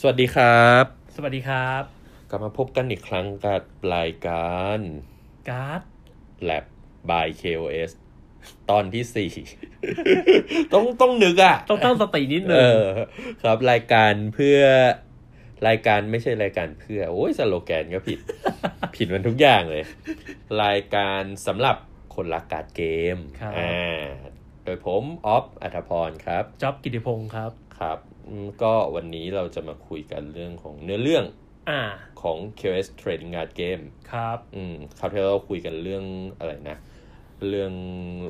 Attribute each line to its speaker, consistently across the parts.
Speaker 1: สวัสดีครับ
Speaker 2: สวัสดีครับ
Speaker 1: กลับมาพบกันอีกครั้งกับรายการ
Speaker 2: การ์ด
Speaker 1: Lab by KOS ตอนที่สี่ ต้องต้องนึกอ่ะ
Speaker 2: ต้องตั้งสตินิดนึ
Speaker 1: เอง อครับรายการเพื่อรายการไม่ใช่รายการเพื่อ โอ้ยสโลแกนก็ผิด ผิดมันทุกอย่างเลย รายการสำหรับคนรักการ์ดเกม
Speaker 2: ครับ
Speaker 1: อ่าโดยผมออฟอัธพรครับ
Speaker 2: จ๊อบกิติพงศ์ครับ
Speaker 1: ครับอืมก็วันนี้เราจะมาคุยกันเรื่องของเนื้อเรื่อง
Speaker 2: อ่า
Speaker 1: ของ KOS Trading Card Game
Speaker 2: ครับ
Speaker 1: อืมคราวที่แล้วเราคุยกันเรื่องอะไรนะ เรื่อง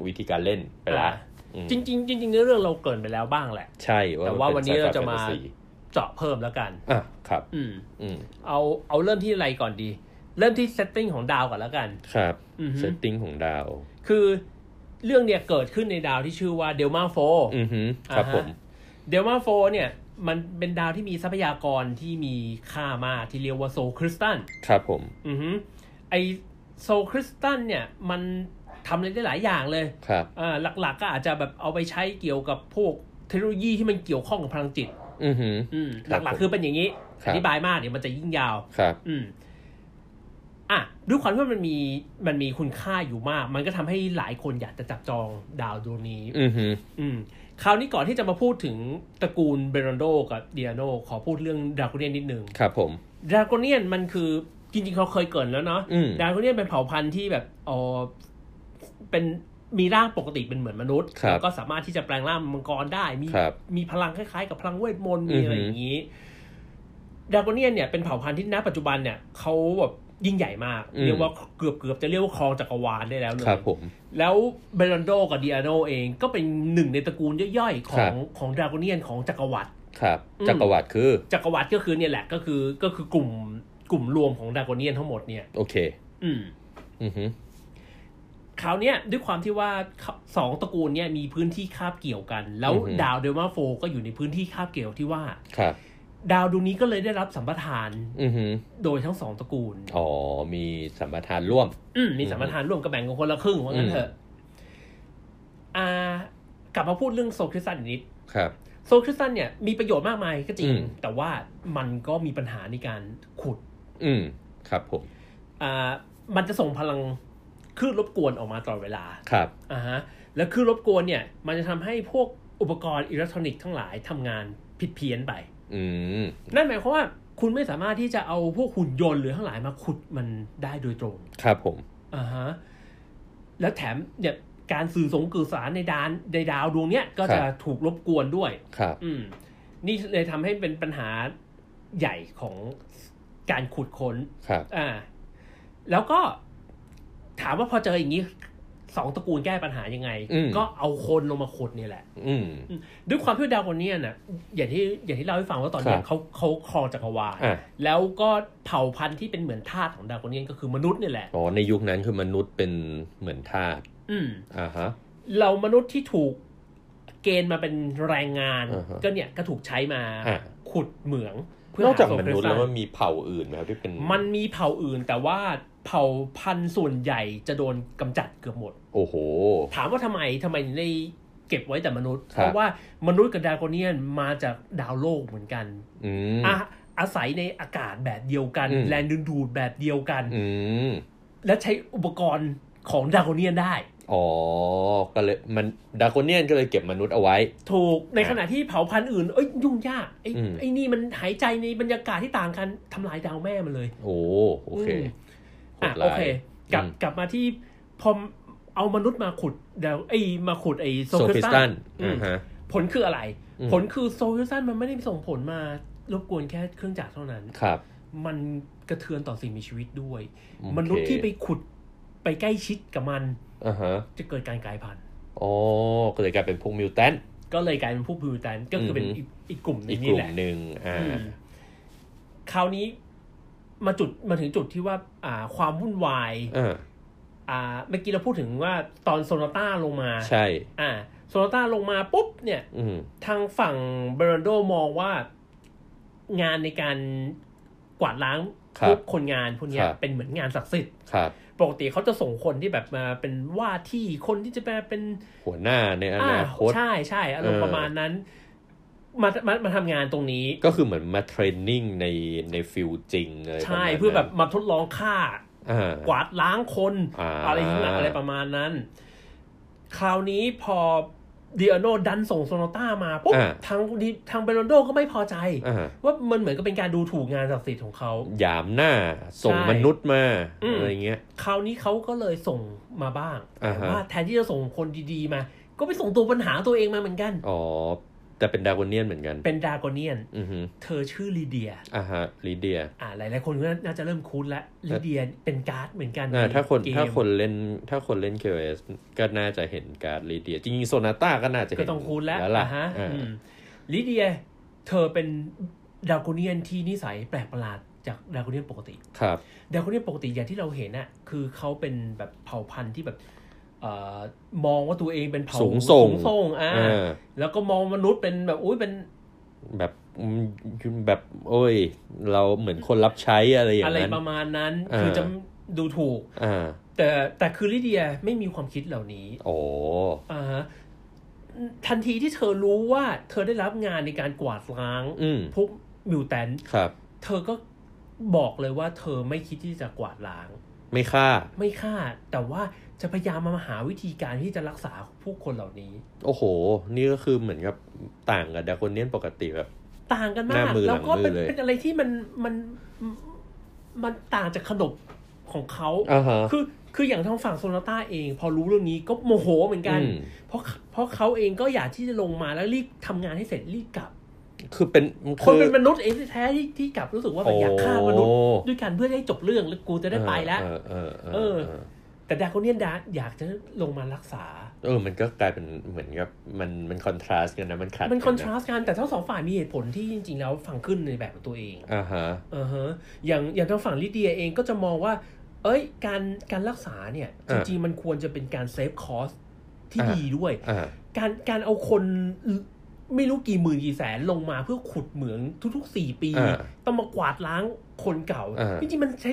Speaker 1: วิธีการเล่นไปละ
Speaker 2: อ่า
Speaker 1: อืม
Speaker 2: จริงๆจริงๆเนื้อเรื่องเราเกรินไปแล้วบ้างแหละ
Speaker 1: ใช่ว่า
Speaker 2: แต่ว่าวันนี้เราจะมา
Speaker 1: นป็นสย fantasy
Speaker 2: เจาะเพิ่มแล้วกัน
Speaker 1: อ่ะครับ
Speaker 2: อืม
Speaker 1: อืม
Speaker 2: เอาเอาเริ่มที่อะไรก่อนดี เริ่มที่เซตติ้งของดาวก่อนแล้วกัน
Speaker 1: ครับ
Speaker 2: อือฮึ
Speaker 1: เซตติ้งของดาว
Speaker 2: คือเรื่องเนี่ยเกิดขึ้นในดาวที่ชื่อว่าเดลมาโฟ
Speaker 1: อือฮึครับ
Speaker 2: อ่าฮะ
Speaker 1: ผม
Speaker 2: เดลมาโฟเนี่ยมันเป็นดาวที่มีทรัพยากรที่มีค่ามากที่เรียกว่าโซลคริสตัน
Speaker 1: ครับผม
Speaker 2: อือฮึไอโซลคริสตันเนี่ยมันทำอะไรได้หลายอย่างเลย
Speaker 1: ครับ
Speaker 2: อ่าหลักๆก็อาจจะแบบเอาไปใช้เกี่ยวกับพวกเทคโนโลยีที่มันเกี่ยวข้องกับพลังจิต
Speaker 1: อือฮึ
Speaker 2: อืม
Speaker 1: ครับ
Speaker 2: หลัก
Speaker 1: ผม
Speaker 2: ๆคือเป็นอย่างนี้
Speaker 1: ครั
Speaker 2: อบ ธิบายมากเดี๋ยวมันจะยิ่งยาว
Speaker 1: ครับ
Speaker 2: อืมอ่ะด้วยความที่ว่ามันมีมันมีคุณค่าอยู่มาก มันก็ทำให้หลายคนอยากจะจับจองดาวดวงนี้
Speaker 1: อือฮึ
Speaker 2: อืมคราวนี้ก่อนที่จะมาพูดถึงตระกูลเบรอนโดกับเดียโนขอพูดเรื่องดราโกเนียนนิดนึง
Speaker 1: ครับผม
Speaker 2: ดราโกเนียนมันคือจริงๆเขาเคยเกริดแล้วเนาะ
Speaker 1: อืม
Speaker 2: ดาวโกเนียนเป็นเผ่าพันธุ์ที่แบบเออเป็นมีร่างปกติเป็นเหมือนมนุษย์
Speaker 1: ครับ
Speaker 2: แล้วก็สามารถที่จะแปลงร่างเป็นมังกรได้ มี
Speaker 1: ครับ
Speaker 2: มีพลังคล้ายๆ กับพลังเวทมนต์
Speaker 1: อื
Speaker 2: มี
Speaker 1: อหืออ
Speaker 2: อะไรอย่างนี้ดาวโกเนียนเนี่ยเป็นเผ่าพันธุ์ที่ณปัจจุบันเนี่ยเขาแบบยิ่งใหญ่มาก เรียกว่าเกือบเกือบจะเรียกว่าครองจักรวาลได้แล้วเลย
Speaker 1: ครับผม
Speaker 2: แล้วเบรอนโดกับดิอาโนเองก็เป็นหนึ่งในตระกูลย่อยๆ ข
Speaker 1: ครั
Speaker 2: อบ งของดราโกเนียนของจักรวรรดิ
Speaker 1: ครับ
Speaker 2: อืม
Speaker 1: จักรวรรดิคือ
Speaker 2: จักรวรรดิก็คือเนี่ยแหละก็คือก็คือกลุ่มกลุ่มรวมของดราโกเนียนทั้งหมดเนี่ย
Speaker 1: โอเค
Speaker 2: อืม
Speaker 1: อือฮึ
Speaker 2: คราวเนี้ยด้วยความที่ว่าเขาสองตระกูลเนี่ยมีพื้นที่คาบเกี่ยวกัน แล้วดาวเดลมาโฟก็อยู่ในพื้นที่คาบเกี่ยวที่ว่า
Speaker 1: ครับ
Speaker 2: ดาวดวงนี้ก็เลยได้รับสัมปทาน
Speaker 1: อือฮึ
Speaker 2: โดยทั้งสองตระกูล
Speaker 1: อ๋อ มีสัมปทานร่วม
Speaker 2: อืมมีสัมปทานร่วมกับแบ่งกันคนละครึ่งว่างั้นเถอะอ่ากลับมาพูดเรื่องโซลคริสตันอีกนิด
Speaker 1: ครับ
Speaker 2: โซลคริสตันเนี่ยมีประโยชน์มากมายก็จริง
Speaker 1: อืม
Speaker 2: แต่ว่ามันก็มีปัญหาในการขุด
Speaker 1: อืมครับผม
Speaker 2: อ่ามันจะส่งพลังคลื่นรบกวนออกมาตลอดเวลา
Speaker 1: ครับ
Speaker 2: อ่าฮะแล้วคือรบกวนเนี่ย มันจะทำให้พวกอุปกรณ์อิเล็กทรอนิกส์ทั้งหลายทำงานผิดเพี้ยนไป
Speaker 1: อืม
Speaker 2: นั่นหมายความว่าคุณไม่สามารถที่จะเอาพวกหุ่นยนต์หรือทั้งหลายมาขุดมันได้โดยตรง
Speaker 1: ครับผม
Speaker 2: อ่าฮะแล้วแถมเนี่ยการสื่อสงสื่อสารในดานในดาวดวงเนี้ยก็จะ
Speaker 1: ครับ
Speaker 2: ถูกรบกวนด้วย
Speaker 1: ครับ
Speaker 2: อืม นี่เลยทำให้เป็นปัญหาใหญ่ของการขุดค้น
Speaker 1: ครับ
Speaker 2: อ่า แล้วก็ถามว่าพอเจออย่างนี้สองตระกูลแก้ปัญหายังไง
Speaker 1: อืม
Speaker 2: ก็เอาคนลงมาขุดเนี่ยแหละ
Speaker 1: อืม
Speaker 2: ด้วยความที่ดาวคนเนี้ยน่ะอย่างที่อย่างที่เล่าให้ฟังว่าตอนเนี้
Speaker 1: ค
Speaker 2: ย
Speaker 1: รับ
Speaker 2: เขาเขาครองจักรวาล
Speaker 1: อ่ะ
Speaker 2: แล้วก็เผ่าพันธุ์ที่เป็นเหมือนทาสของดาวคนเนี้ยก็คือมนุษย์เนี่ยแหละ
Speaker 1: อ๋อ ในยุคนั้นคือมนุษย์เป็นเหมือนทาส
Speaker 2: อืม
Speaker 1: อ่าฮะ
Speaker 2: เรามนุษย์ที่ถูกเกณฑ์มาเป็นแรงงาน
Speaker 1: อ่าฮะ
Speaker 2: ก็เนี่ยก็ถูกใช้มา
Speaker 1: อ่ะ
Speaker 2: ขุดเหมืองเพื่
Speaker 1: นอกจาก
Speaker 2: ห
Speaker 1: มนุษย์แล้ว
Speaker 2: โซ
Speaker 1: มั
Speaker 2: เฟ
Speaker 1: น
Speaker 2: ส
Speaker 1: มีเผ่าอื่นไหมครับที่เป็น
Speaker 2: มันมีเผ่าอื่น แต่ว่าเผ่าพันธุ์ส่วนใหญ่จะโดนกำจัดเกือบหมด
Speaker 1: โอ้โห
Speaker 2: ถามว่าทำไมทำไมถึงได้เก็บไว้แต่มนุษย์
Speaker 1: ครับ
Speaker 2: เพราะว่ามนุษย์กับดราโกเนียนมาจากดาวโลกเหมือนกัน
Speaker 1: อืม
Speaker 2: ะอาศัยในอากาศแบบเดียวกัน
Speaker 1: อืม
Speaker 2: แรงดึงดูดแบบเดียวกัน
Speaker 1: อืม
Speaker 2: และใช้อุปกรณ์ของดราโกเนียนได้
Speaker 1: อ๋อ ก็เลยมันดราโกเนียนก็เลยเก็บมนุษย์เอาไว้
Speaker 2: ถูกในขณะที่เผาพันธุ์อื่นเอ้ยยุ่งยากไอ้
Speaker 1: อืม
Speaker 2: ไอ้นี่มันหายใจในบรรยากาศที่ต่างกันทำลายดาวแม่มันเลย
Speaker 1: โอ้โอเค
Speaker 2: ม
Speaker 1: โห
Speaker 2: อ่ะ
Speaker 1: ด
Speaker 2: โอ
Speaker 1: ร้าย
Speaker 2: เคกลับ
Speaker 1: อืม
Speaker 2: กลับมาที่พอเอามนุษย์มาขุดดาวไอ้มาขุดไอ้โซ
Speaker 1: โซ
Speaker 2: คริ
Speaker 1: ฟิ
Speaker 2: ส
Speaker 1: ส
Speaker 2: ตั
Speaker 1: ตั
Speaker 2: น
Speaker 1: น
Speaker 2: อื
Speaker 1: อ่าม ฮะ
Speaker 2: ผลคืออะไร
Speaker 1: อืม
Speaker 2: ผลคือโซลิวชันมันไม่ได้ส่งผลมารบกวนแค่เครื่องจักรเท่านั้น
Speaker 1: ครับ
Speaker 2: มันกระเทือนต่อสิ่งมีชีวิตด้วย
Speaker 1: โอเค
Speaker 2: มนุษย์ที่ไปขุดไปใกล้ชิดกับมัน
Speaker 1: อ่าฮะ
Speaker 2: จะเกิดการกลายพันธุ์
Speaker 1: อ๋อก็เลยกลายเป็นพวกมิวแทน
Speaker 2: ก็เลยกลายเป็นผู้พิวแตนก็คือเป็น
Speaker 1: อือฮึ
Speaker 2: อีกอีกกลุ่มหนึ
Speaker 1: อี
Speaker 2: ง
Speaker 1: กก
Speaker 2: นี่
Speaker 1: ลุ่
Speaker 2: แห
Speaker 1: ม
Speaker 2: ละ
Speaker 1: หนึ่งอ่า
Speaker 2: อืมคราวนี้มาจุดมาถึงจุดที่ว่า อ่า ความวุ่นวาย
Speaker 1: อ่า
Speaker 2: อ่า เมื่อกี้เราพูดถึงว่าตอนโซนต้าลงมา
Speaker 1: ใช่
Speaker 2: อ่า โซนต้าลงมาปุ๊บเนี่ย
Speaker 1: อืม
Speaker 2: ทางฝั่งเบรนโดมองว่างานในการกวาดล้าง
Speaker 1: ครับ
Speaker 2: พวกคนงานพวกเนี้ย
Speaker 1: ครับ
Speaker 2: เป็นเหมือนงานศักดิ์สิทธิ์
Speaker 1: ครับ
Speaker 2: ปกติเขาจะส่งคนที่แบบมาเป็นว่าที่คนที่จะมาเป็น
Speaker 1: หัวหน้าในอนาคต
Speaker 2: ใช่ใช่อารม
Speaker 1: เอ
Speaker 2: ณ์
Speaker 1: อ
Speaker 2: ประมาณนั้น มามามาทำงานตรงนี้
Speaker 1: ก็คือเหมือนมาเทรนนิ่งในในฟิลจริงเลย
Speaker 2: ใช่เพื่อแบบมาทดลองฆ่า กวาดล้างคน อะไรทั้งหลายอะไรประมาณนั้น คราวนี้พอเดียโนดันส่งโซโนต้ามาปุ๊บ
Speaker 1: อ่า
Speaker 2: ทางดิทางเบรอนโดก็ไม่พอใจ
Speaker 1: อ่า
Speaker 2: ว่ามันเหมือนกับเป็นการดูถูกงานศักดิ์สิทธิ์ของเขา
Speaker 1: หยามหน้าส่ง
Speaker 2: ใช่
Speaker 1: มนุษย์มา
Speaker 2: อืม
Speaker 1: อะไรเงี้ย
Speaker 2: คราวนี้เขาก็เลยส่งมาบ้าง
Speaker 1: อ่าฮะ
Speaker 2: แต่ว่าแทนที่จะส่งคนดีๆมา ก็ไปส่งตัวปัญหาตัวเองมาเหมือนกัน
Speaker 1: อ๋อ แต่เป็นดาวเนียนเหมือนกัน
Speaker 2: เป็นดราโกเนียน
Speaker 1: อือฮึ
Speaker 2: เธอชื่อลีเดีย
Speaker 1: อ่าฮะลีเดีย
Speaker 2: อ่าหลายๆคนก็น่าจะเริ่มคุ้นละลีเดียเป็นการ์ดเหมือนกัน
Speaker 1: อ่าถ้าคน
Speaker 2: ใเกม
Speaker 1: ถ้าคนเล่นถ้าคนเล่น QS ก็น่าจะเห็นการลีเดีย จริงๆโซนาต้าก็น่าจะเห็
Speaker 2: ก็
Speaker 1: น
Speaker 2: ต้องคุ้นแล้ว
Speaker 1: แล้วล่ะ
Speaker 2: อ่าฮะ
Speaker 1: อ่า
Speaker 2: อืมลีเดีย เธอเป็นดราโกเนียนที่นิสัยแปลกประหลาดจากดราโกเนียนปกติ
Speaker 1: ครับ
Speaker 2: ดราโกเนียนปกติอย่างที่เราเห็นน่ะคือเขาเป็นแบบเผ่าพันธุ์ที่แบบเอ่อมองว่าตัวเองเป็นเผ่า
Speaker 1: สูงส่ง
Speaker 2: ส่งอ่า
Speaker 1: อ่า
Speaker 2: แล้วก็มองมนุษย์เป็นแบบอุ้ยเป็น
Speaker 1: แบบอืมแบบ โอ้ย เราเหมือนคนรับใช้อะไรอย่า
Speaker 2: อะ
Speaker 1: ง
Speaker 2: ไร
Speaker 1: นั้น
Speaker 2: ประมาณนั้น
Speaker 1: อ่า
Speaker 2: คือจะดูถูก
Speaker 1: อ่า
Speaker 2: แต่แต่คือลิเดียไม่มีความคิดเหล่านี้
Speaker 1: โอ้
Speaker 2: อ่าฮะทันทีที่เธอรู้ว่าเธอได้รับงานในการกวาดล้าง
Speaker 1: อืม
Speaker 2: พวกมิวแตน
Speaker 1: ครับ
Speaker 2: เธอก็บอกเลยว่าเธอไม่คิดที่จะกวาดล้าง
Speaker 1: ไม่ฆ่า
Speaker 2: ไม่ฆ่า แต่ว่าจะพยายามมาหาวิธีการที่จะรักษาผู้คนเหล่านี้
Speaker 1: โอ้โห นี่ก็คือเหมือนกับต่างกับดาคนเนียนปกติแบบ
Speaker 2: ต่างกัน
Speaker 1: ห
Speaker 2: มาก
Speaker 1: น้ามือ
Speaker 2: แล้วก็เป็น
Speaker 1: หลังมือเลย
Speaker 2: เป็นอะไรที่มันมันมันมันต่างจากขนบของเขา
Speaker 1: อ่าฮะ
Speaker 2: คือคืออย่างทางฝั่งโซนาต้าเอง พอรู้เรื่องนี้ก็โมโหเหมือนกัน
Speaker 1: อืม
Speaker 2: เพราะเพราะเขาเองก็อยากที่จะลงมาแล้วรีบทำงานให้เสร็จรีบกลับ
Speaker 1: คือเป็น
Speaker 2: คน
Speaker 1: อ
Speaker 2: เป็นมนุษย์เองแท้ๆที่ที่กลับรู้สึกว่ามันอยากฆ่ามนุษย์
Speaker 1: โอ้
Speaker 2: ด้วยกันเพื่อให้จบเรื่องแล้วกูจะได้ไปแล้ว
Speaker 1: เออเออเออ
Speaker 2: เอ
Speaker 1: เอ
Speaker 2: อ
Speaker 1: อ
Speaker 2: แต่ดราโคเนียนดาร์กอยากจะลงมารักษา
Speaker 1: เออ มันก็กลายเป็นเหมือนกับมันมันคอนทราสต์กันนะ มันขัด
Speaker 2: มันค
Speaker 1: กัะ
Speaker 2: อนทราสต์กันแต่ทั้งสองฝ่ายมีเหตุผลที่จริงๆ แล้วฟังขึ้นในแบบของตัวเอง
Speaker 1: อ่าฮะ
Speaker 2: อ่าฮะอย่างอย่างทางฝั่งลิเดียเองก็จะมองว่า เอ้ยการการรักษาเนี่ย จ
Speaker 1: อ่า
Speaker 2: ริงๆ มันควรจะเป็นการเซฟคอสที่
Speaker 1: อ่า
Speaker 2: ดีด้วย
Speaker 1: อ่า
Speaker 2: การการเอาคนไม่รู้กี่หมื่นกี่แสนลงมาเพื่อขุดเหมืองทุกๆสี่ปี
Speaker 1: อ่า
Speaker 2: ต้องมากวาดล้างคนเก่า
Speaker 1: อ่า
Speaker 2: จริงๆมันใช้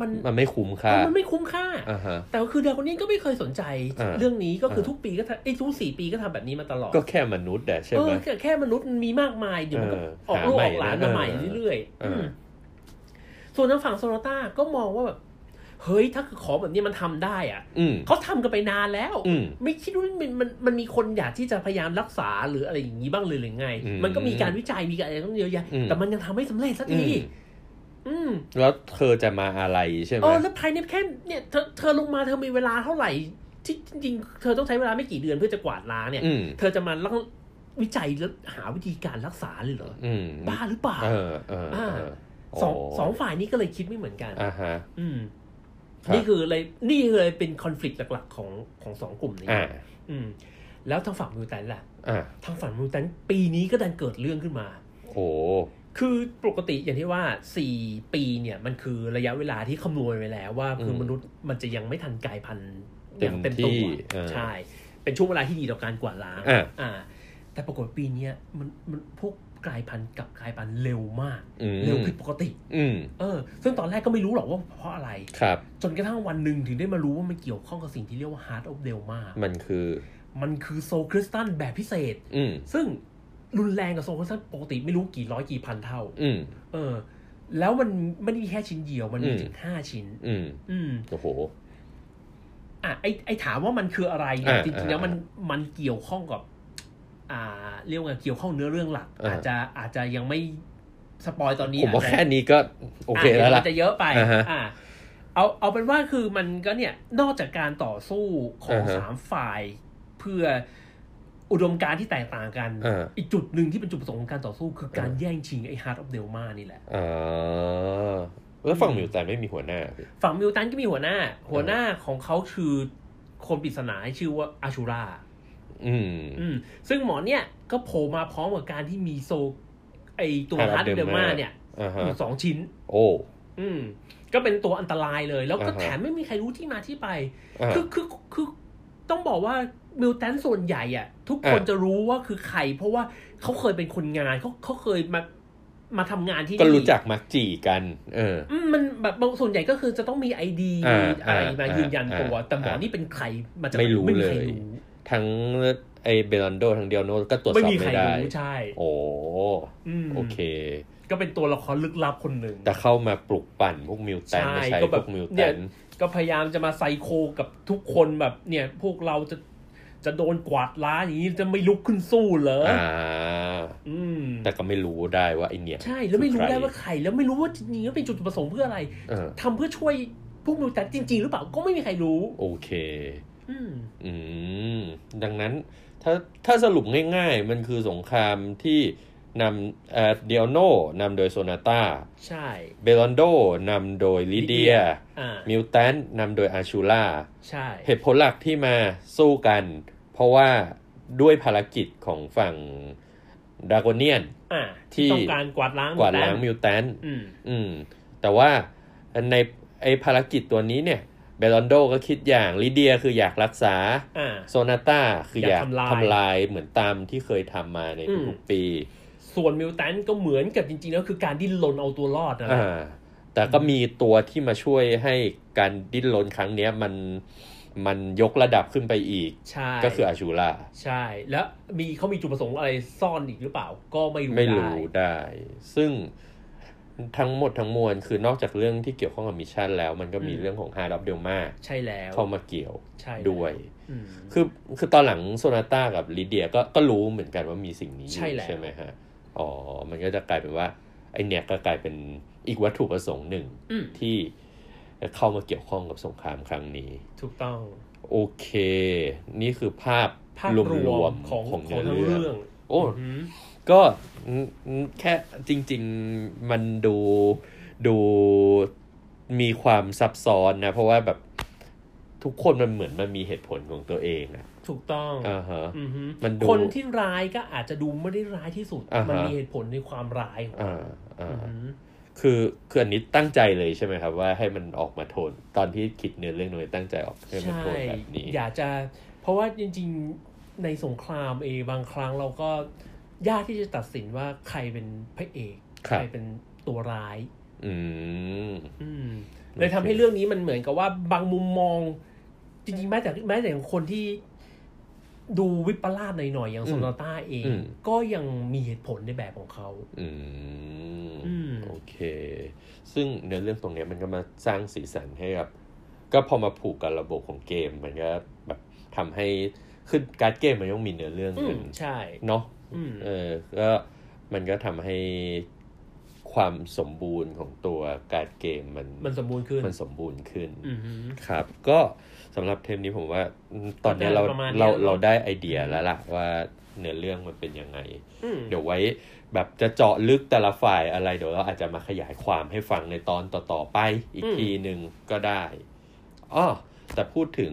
Speaker 2: มัน
Speaker 1: มันไม่คุ้มค่า
Speaker 2: มันไม่คุ้มค่า
Speaker 1: อ่าฮะ
Speaker 2: แต่คือดาวคนนี้ก็ไม่เคยสนใจ
Speaker 1: อ่า
Speaker 2: เรื่องนี้ก็คืออา ทุกปีก็ทำไอ้ยทุกสี่ปีก็ทำแบบนี้มาตลอด
Speaker 1: ก็แค่มนุษย์แหละใช่
Speaker 2: เอ
Speaker 1: ไหม
Speaker 2: อแค่แค่มนุษย์มันมีมากมายเดี๋ยวมันก็
Speaker 1: เออ
Speaker 2: ออกลูก
Speaker 1: หาใหม่
Speaker 2: ออกหลานมา
Speaker 1: นะ
Speaker 2: ใหม่
Speaker 1: เออ
Speaker 2: เรื่อยๆ
Speaker 1: เอออื
Speaker 2: มส่วนทางฝั่งโซโลต้าก็มองว่าแบบเฮ้ยถ้าคือของแบบนี้มันทำได้อ่ะ
Speaker 1: อืม
Speaker 2: เขาทำกันไปนานแล้ว
Speaker 1: อืม
Speaker 2: ไม่คิดว่ามันมันมันมีคนอยากที่จะพยายามรักษาหรืออะไรอย่างนี้บ้างเลยหรือไง
Speaker 1: อืม
Speaker 2: มันก็มีการวิจัยมีการอะไรต้องเยอะแยะ
Speaker 1: อืม
Speaker 2: แต่มันยังทำไม่สำเร็จสัก
Speaker 1: อื
Speaker 2: ที
Speaker 1: ม
Speaker 2: อืม
Speaker 1: แล้วเธอจะมาอะไรใช่ไห
Speaker 2: เอ
Speaker 1: ม
Speaker 2: อแล้วภายในแค่เนี่ยเธอเธอลงมาเธอมีเวลาเท่าไหร่ ที่จริงๆเธอต้องใช้เวลาไม่กี่เดือนเพื่อจะกวาดล้างเนี่ย
Speaker 1: อืม
Speaker 2: เธอจะมาลังวิจัยแล้วหาวิธีการรักษาเลยเหรอ
Speaker 1: อืม
Speaker 2: บ้าหรือเปล่า
Speaker 1: เออเออเออ
Speaker 2: สอง
Speaker 1: โ
Speaker 2: สองฝ่ายนี้ก็เลยคิดไม่เหมือนกัน
Speaker 1: อ่าฮะ
Speaker 2: อืม
Speaker 1: ครับ
Speaker 2: นี่คือเลยนี่คือเลยเป็นคอน FLICT หลักๆของของสองกลุ่มนี้
Speaker 1: อ่า
Speaker 2: อืม แล้วทางฝั่งมิวแตนล่ะ
Speaker 1: อ่า
Speaker 2: ทางฝั่งมิวแตนปีนี้ก็ดันเกิดเรื่องขึ้นมา
Speaker 1: โอ้
Speaker 2: คือปกติอย่างที่ว่า 4 ปีเนี่ยมันคือระยะเวลาที่คำนวณไว้แล้วว่าคือมนุษย์มันจะยังไม่ทันกลายพันธุ์อ
Speaker 1: เต็ม
Speaker 2: ย่างเต็มตั
Speaker 1: ที่
Speaker 2: ว
Speaker 1: เออ
Speaker 2: ใช่ เป็นช่วงเวลาที่ดีต่อการกวาดล้าง
Speaker 1: อ่ะ
Speaker 2: อ่า แต่ปรากฏปีเนี้ยมันมันพวกกลายพันธุ์กลับกลายพันธุ์เร็วมาก
Speaker 1: อืม
Speaker 2: เร็วผิดปกติ
Speaker 1: อืม
Speaker 2: เออ ซึ่งตอนแรกก็ไม่รู้หรอกว่าเพราะอะไร
Speaker 1: ครับ
Speaker 2: จนกระทั่งวันหนึ่งถึงได้มารู้ว่ามันเกี่ยวข้องกับสิ่งที่เรียกว่า Heart of Delma
Speaker 1: มันคือ
Speaker 2: มันคือโซลคริสตัลแบบพิเศษ
Speaker 1: อืม
Speaker 2: ซึ่งรุนแรงกับโซลคริสตัลปกติไม่รู้กี่ร้อยกี่พันเท่า
Speaker 1: อืม
Speaker 2: เออ แล้วมันไม่ได้มีแค่ชิ้นเดียวมันมี
Speaker 1: อืม
Speaker 2: ถึงห้าชิ้น
Speaker 1: อืม
Speaker 2: อืม
Speaker 1: โอ้โห
Speaker 2: อ่ะไอไอถามว่ามันคืออะไรเนี่ย
Speaker 1: อ่า
Speaker 2: จริงๆแล้ว
Speaker 1: อ่ามั
Speaker 2: มันมันเกี่ยวข้องกับ อ่า เรียกว่าเกี่ยวข้องเนื้อเรื่องหลัก
Speaker 1: อ่า
Speaker 2: อาจจะอาจจะยังไม่สปอยตอนนี้
Speaker 1: ผมว่า
Speaker 2: อาจจะ
Speaker 1: แค่นี้ก็โอเคแล้วล่ะ
Speaker 2: าจจะเยอะไป
Speaker 1: อ่าฮะ
Speaker 2: อ่าเอาเอาเป็นว่าคือมันก็เนี่ยนอกจากการต่อสู้ของ
Speaker 1: อ่าฮะ
Speaker 2: สามฝ่าย เพื่ออุดมการณ์ที่แตกต่างกัน
Speaker 1: อ่า
Speaker 2: อีกจุดหนึ่งที่เป็นจุดประสงค์ของการต่อสู้คือการแย่งชิงไอ้ฮาร์ดออฟเดลมานี่แหละ
Speaker 1: อ่าแล้วฝั่งมิวแต่ไม่มีหัวหน้าพี่
Speaker 2: ฝั่งมิวตันก็มีหัวหน้า หัวหน้าของเขาคือคนปริศนาชื่อว่าอาชูรา
Speaker 1: อืม
Speaker 2: อืม ซึ่งหมอเนี่ยก็โผล่มาพร้อมกับการที่มีโซไอตัว
Speaker 1: Heart of
Speaker 2: ฮาร์ดเดอร์มา
Speaker 1: Derma
Speaker 2: เนี่ย
Speaker 1: อ่า
Speaker 2: อ
Speaker 1: ฮะ
Speaker 2: ยู่สองชิ้น
Speaker 1: โอ้
Speaker 2: อืม ก็เป็นตัวอันตรายเลย แล้วก็
Speaker 1: อ่าฮะ
Speaker 2: แถมไม่มีใครรู้ที่มาที่ไป
Speaker 1: อ่า
Speaker 2: คือคือคือต้องบอกว่ามิวแตนส่วนใหญ่อะทุกคน
Speaker 1: อ่า
Speaker 2: จะรู้ว่าคือใคร เพราะว่าเขาเคยเป็นคนงานเขาเขาเคยมา มาทำงานที่
Speaker 1: ก็
Speaker 2: นี่
Speaker 1: รู้จักมักจีกัน เออ
Speaker 2: อืมมันแบบบางส่วนใหญ่ก็คือจะต้องมีไอดี
Speaker 1: อ่า
Speaker 2: อะไรมา
Speaker 1: อ่า
Speaker 2: ยืนยันตัว
Speaker 1: อ่า
Speaker 2: แต่หมออา นี่เป็นใครมาจาก
Speaker 1: ไม่รู้
Speaker 2: ไม่มีใคร
Speaker 1: เลย
Speaker 2: รู้
Speaker 1: ทั้งไอเบลอนโดทั้งเดียวโนก็ตรวจ
Speaker 2: ไม่
Speaker 1: สอบ
Speaker 2: มีใคร
Speaker 1: ไม่ได้
Speaker 2: รู้ใช่
Speaker 1: โอ้
Speaker 2: อืม
Speaker 1: โอเค
Speaker 2: ก็เป็นตัวละครลึกลับคนหนึ่ง
Speaker 1: แต่เข้ามาปลุกปั่นพวกมิวแตน
Speaker 2: ใช่
Speaker 1: ไม่ใช่
Speaker 2: ก็
Speaker 1: พ
Speaker 2: แบบ
Speaker 1: วกมิว
Speaker 2: เนี่
Speaker 1: แต
Speaker 2: ย
Speaker 1: น
Speaker 2: ก็พยายามจะมาไซโคกับทุกคนแบบเนี่ย พวกเราจะจะโดนกวาดล้างอย่างนี้จะไม่ลุกขึ้นสู้เหรอ
Speaker 1: อ่า
Speaker 2: อืม
Speaker 1: แต่ก็ไม่รู้ได้ว่าไอเนี่ย
Speaker 2: ใช่แล้วไม่รู้ได้
Speaker 1: คือ
Speaker 2: ว่าใครแล้วไม่รู้ว่าจริงๆแล้วเป็นจุดประสงค์เพื่ออะไร
Speaker 1: เออ
Speaker 2: ทำเพื่อช่วยพวกมิวแตนจริง ๆ หรือเปล่าก็ไม่มีใครรู้
Speaker 1: โอเค
Speaker 2: อืม
Speaker 1: อืม ดังนั้นถ้าถ้าสรุปง่ายๆ มันคือสงครามที่นำเอ่อเดียโนนำโดยโซนาตา
Speaker 2: ใช่
Speaker 1: เบลอนโดนำโดยลิเดีย
Speaker 2: Lydia อ่า
Speaker 1: มิวแตนนำโดยอาชูล่า
Speaker 2: ใช่
Speaker 1: เหตุผลหลักที่มาสู้กัน เพราะว่าด้วยภารกิจของฝั่งดราโกเนียน
Speaker 2: อ่า
Speaker 1: ที่
Speaker 2: ที่ต้องการกวาดล้าง
Speaker 1: กวาดล้าง
Speaker 2: มิวแตน
Speaker 1: มิวแตน
Speaker 2: อืม
Speaker 1: อืม แต่ว่าในไอภารกิจตัวนี้เนี่ยเบลอนโดก็คิดอย่างลิเดียคืออยากรักษา
Speaker 2: อ่า
Speaker 1: โซนาต้าคือ
Speaker 2: อ
Speaker 1: อาย
Speaker 2: ยาก ก
Speaker 1: ทำลาย
Speaker 2: ทำลาย
Speaker 1: เหมือนตามที่เคยทำมาใน
Speaker 2: อืม
Speaker 1: ทุกๆปี
Speaker 2: ส่วนมิวแตนก็เหมือนกับจริงๆแล้วคือการดิ้นรนเอาตัวรอดนนแหละ
Speaker 1: อ่าแต่ก็มีตัวที่มาช่วยให้การดิ้นรนครั้งเนี้ยมันมันยกระดับขึ้นไปอีก
Speaker 2: ใช่
Speaker 1: ก็คืออาชูลา
Speaker 2: ใช่ แล้วมีเขามีจุดประสงค์อะไรซ่อนอีกหรือเปล่า ก็ไม่รู้
Speaker 1: ไม่
Speaker 2: ได้
Speaker 1: รู้ได้ ซึ่งทั้งหมดทั้งมวลคือนอกจากเรื่องที่เกี่ยวข้องกับมิชชั่นแล้วมันก็มี
Speaker 2: อืม
Speaker 1: เรื่องของฮาร์ดเดลมา
Speaker 2: ใช่แล้ว
Speaker 1: เข้ามาเกี่ยว
Speaker 2: ใช่
Speaker 1: ด้วย
Speaker 2: อืม
Speaker 1: คือคือตอนหลังโซนาต้ากับลิเดียก็ก็รู้เหมือนกันว่ามีสิ่งนี้อยู่
Speaker 2: ใช่แล้ว
Speaker 1: ใช่ไหมฮะ อ๋อ มันก็จะกลายเป็นว่าไอเนี่ยก็กลายเป็นอีกวัตถุประสงค์หนึ่ง
Speaker 2: อืม
Speaker 1: ที่เข้ามาเกี่ยวข้องกับสงครามครั้งนี้
Speaker 2: ถูกต้อง
Speaker 1: โอเค นี่คือภาพ
Speaker 2: ภาพรวมของของ
Speaker 1: เนื้
Speaker 2: ทั้งเรื่อง
Speaker 1: โอ้
Speaker 2: อืม
Speaker 1: ก็อืมอืมแค่จริง ๆมันดูดูมีความซับซ้อนนะ เพราะว่าแบบทุกคนมันเหมือนมันมีเหตุผลของตัวเองอะ
Speaker 2: ถูกต้อง
Speaker 1: อ่าฮะ
Speaker 2: อือฮึ
Speaker 1: มันดู
Speaker 2: คนที่ร้ายก็อาจจะดูไม่ได้ร้ายที่สุด
Speaker 1: อ่าฮะ
Speaker 2: มันมีเหตุผลในความร้ายของ
Speaker 1: อ่า
Speaker 2: อื
Speaker 1: อ่า
Speaker 2: อฮึ
Speaker 1: คือคืออันนี้ตั้งใจเลยใช่ไหมครับ ว่าให้มันออกมาโทน ตอนที่คิดเนื้อเรื่องหน่วยตั้งใจออกให้มัน
Speaker 2: ใช่
Speaker 1: โทนแบบนี้
Speaker 2: อยากจะ เพราะว่าจริงๆในสงครามเองบางครั้งเราก็ยากที่จะตัดสินว่าใครเป็นพระเอก
Speaker 1: ครับ
Speaker 2: ใครเป็นตัวร้าย
Speaker 1: อืม
Speaker 2: อืมเลยทำให้เรื่องนี้มันเหมือนกับว่าบางมุมมอง จริงๆแม้แต่แม้แต่คนที่ดูวิปลาสหน่อยๆอย่าง
Speaker 1: อืม
Speaker 2: โซนาต้าเอง
Speaker 1: อืม
Speaker 2: ก็ยังมีเหตุผลในแบบของเขา
Speaker 1: อืม
Speaker 2: อืม
Speaker 1: โอเค ซึ่งเนื้อเรื่องตรงเนี้ยมันก็มาสร้างสีสันให้กับ ก็พอมาผูกกับระบบของเกม มันก็แบบทำให้คือการ์ดเกมมันต้องมีเนื้อเรื่อง
Speaker 2: อื
Speaker 1: เป็
Speaker 2: ม
Speaker 1: น
Speaker 2: ใช่
Speaker 1: เนาะ
Speaker 2: อืม
Speaker 1: เออ ก็มันก็ทำให้ความสมบูรณ์ของตัวการ์ดเกมมัน
Speaker 2: มันสมบูรณ์ขึ้น
Speaker 1: มันสมบูรณ์ขึ้น
Speaker 2: อือฮึ
Speaker 1: ครับ ก็สำหรับเทปนี้ผมว่าอืมตอนเนี้ยเรา
Speaker 2: ประมาณนี้
Speaker 1: เรา
Speaker 2: แล้วเนอะ
Speaker 1: เราได้ไอเดียแล้วล่ะว่าเนื้อเรื่องมันเป็นยังไง
Speaker 2: อืม
Speaker 1: เดี๋ยวไว้แบบจะเจาะลึกแต่ละฝ่ายอะไร เดี๋ยวเราอาจจะมาขยายความให้ฟังในตอนต่อๆไปอีกทีหนึ่งก็ได้อ๋อแต่พูดถึง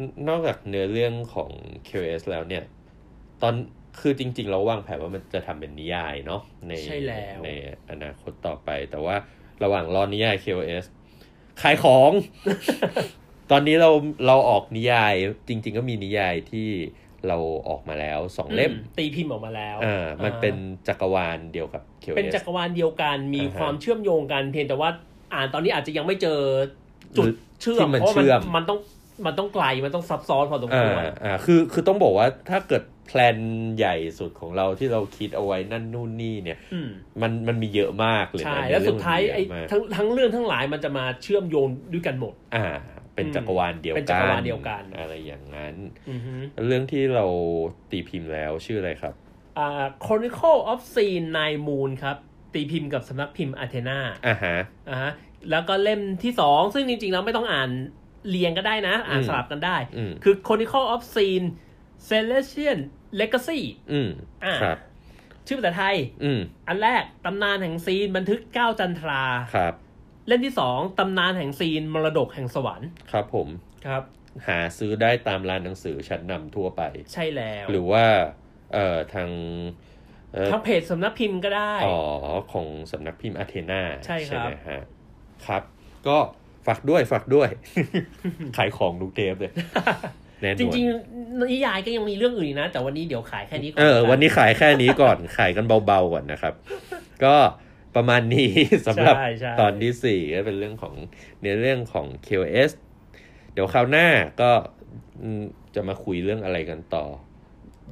Speaker 1: นนอกจากเนื้อเรื่องของ QS แล้วเนี่ย ตอนคือจริง ๆ เราวางแผนว่ามันจะทำเป็นนิยายเนาะใน
Speaker 2: ใช่แล้ว
Speaker 1: ในอนาคตต่อไป แต่ว่าระหว่างรอนิยาย QS ขายของ ตอนนี้เราเราออกนิยายจริง ๆ ก็มีนิยายที่เราออกมาแล้วสองเล่ม
Speaker 2: อืตีพิมพ์ออกมาแล้ว
Speaker 1: อ่ามันเป็น
Speaker 2: อ่
Speaker 1: จักรวาลเดียวกับเคียว
Speaker 2: าเป็น
Speaker 1: เอ
Speaker 2: จั
Speaker 1: ส
Speaker 2: กรวาลเดียวกันมี
Speaker 1: อ่าฮะ
Speaker 2: ความเชื่อมโยงกัน เพียงแต่ว่า อ่านตอนนี้อาจจะยังไม่เจอจุดเชื่อ
Speaker 1: ที่
Speaker 2: ม
Speaker 1: มัน
Speaker 2: เพราะ
Speaker 1: เชื่อม
Speaker 2: มันต้องมันต้องไกลมันต้องซับซ้อนพอสม
Speaker 1: อ่า
Speaker 2: ควร
Speaker 1: อ่าคือคือต้องบอกว่าถ้าเกิดแพลนใหญ่สุดของเราที่เราคิดเอาไว้นั่นนู่นนี่เนี่ย
Speaker 2: อืม
Speaker 1: มันมันมีเยอะมากเลยนะ
Speaker 2: ใช่
Speaker 1: ใน
Speaker 2: แล้ว
Speaker 1: เรื่
Speaker 2: สุ
Speaker 1: อง
Speaker 2: ดท้าย
Speaker 1: มันมี
Speaker 2: ไอ้
Speaker 1: เะมาก
Speaker 2: ทั้งทั้งเรื่องทั้งหลายมันจะมาเชื่อมโยงด้วยกันหมด
Speaker 1: อ่า เป็นจักรวาลเดียวกัน
Speaker 2: เป็นจักรวาลเดียวกัน
Speaker 1: อะไรอย่างนั้น
Speaker 2: อือฮึ
Speaker 1: เรื่องที่เราตีพิมพ์แล้วชื่ออะไรครับ
Speaker 2: อ่า Chronicle of Scene Nine Moon ครับ ตีพิมพ์กับสำนักพิมพ์ Athena
Speaker 1: อ่าฮะ
Speaker 2: อ่าฮะแล้วก็เล่มที่สองซึ่งจริงๆแล้วไม่ต้องอ่านเรียงก็ได้นะ อ่าน
Speaker 1: อืม
Speaker 2: สลับกันได้
Speaker 1: อืม
Speaker 2: คือ Chronicle of Scene Celestian Legacy
Speaker 1: อืม
Speaker 2: อ่า
Speaker 1: ครับ
Speaker 2: ชื่อภาษาไทย
Speaker 1: อืม
Speaker 2: อันแรก ตำนานแห่งซีนบันทึกเก้าจันทรา
Speaker 1: ครับ
Speaker 2: เล่มที่สองตำนานแห่งซีนมรดกแห่งสวรรค์
Speaker 1: ครับผม
Speaker 2: ครับ
Speaker 1: หาซื้อได้ตามร้านหนังสือชั้นนำทั่วไป
Speaker 2: ใช่แล้ว
Speaker 1: หรือว่าเอ่อทางเอ่อ
Speaker 2: ทางเพจสำนักพิมพ์ก็ได้
Speaker 1: อ๋อ ของสำนักพิมพ์อาเทนา
Speaker 2: ใช่ครับ
Speaker 1: ไหมฮะครับ ก็ฝากด้วยฝากด้วย ขายของดูเทป เลยแน่นอน
Speaker 2: จริงๆนิยายก็ยังมีเรื่องอื่นอีกนะ แต่วันนี้เดี๋ยวขายแค่นี้ก่อน
Speaker 1: เออ
Speaker 2: ครับ
Speaker 1: วันนี้ขายแค่นี้ก่อน ขายกันเบาๆก่อนนะครับ ก็ประมาณนี้ สำหรับ
Speaker 2: ใช่ใช่
Speaker 1: ตอนที่สี่ก็เป็นเรื่องของในเรื่องของ KOS เดี๋ยวคราวหน้าก็อืมจะมาคุยเรื่องอะไรกันต่อ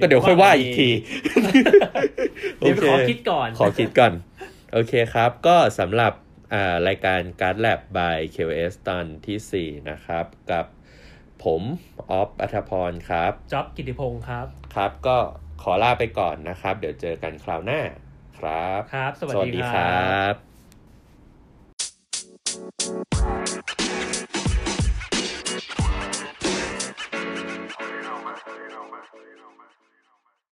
Speaker 1: ก็เดี๋ยวค่อยว่าอีกที
Speaker 2: เดี๋ยวไปขอ
Speaker 1: โเ
Speaker 2: คิดก่อน
Speaker 1: ขอคิดก่อน โอเคครับ ก็สำหรับอ่ารายการ Card Lab by KOS ตอนที่ 4 นะครับ กับผมออฟอัธพรครับ
Speaker 2: จ๊อบกิติพงศ์ครับ
Speaker 1: ครับ ก็ขอลาไปก่อนนะครับ เดี๋ยวเจอกันคราวหน้าครับ
Speaker 2: ครับ สวัส
Speaker 1: สวัส
Speaker 2: ดี
Speaker 1: ดี
Speaker 2: ค
Speaker 1: คร
Speaker 2: รับ
Speaker 1: ับ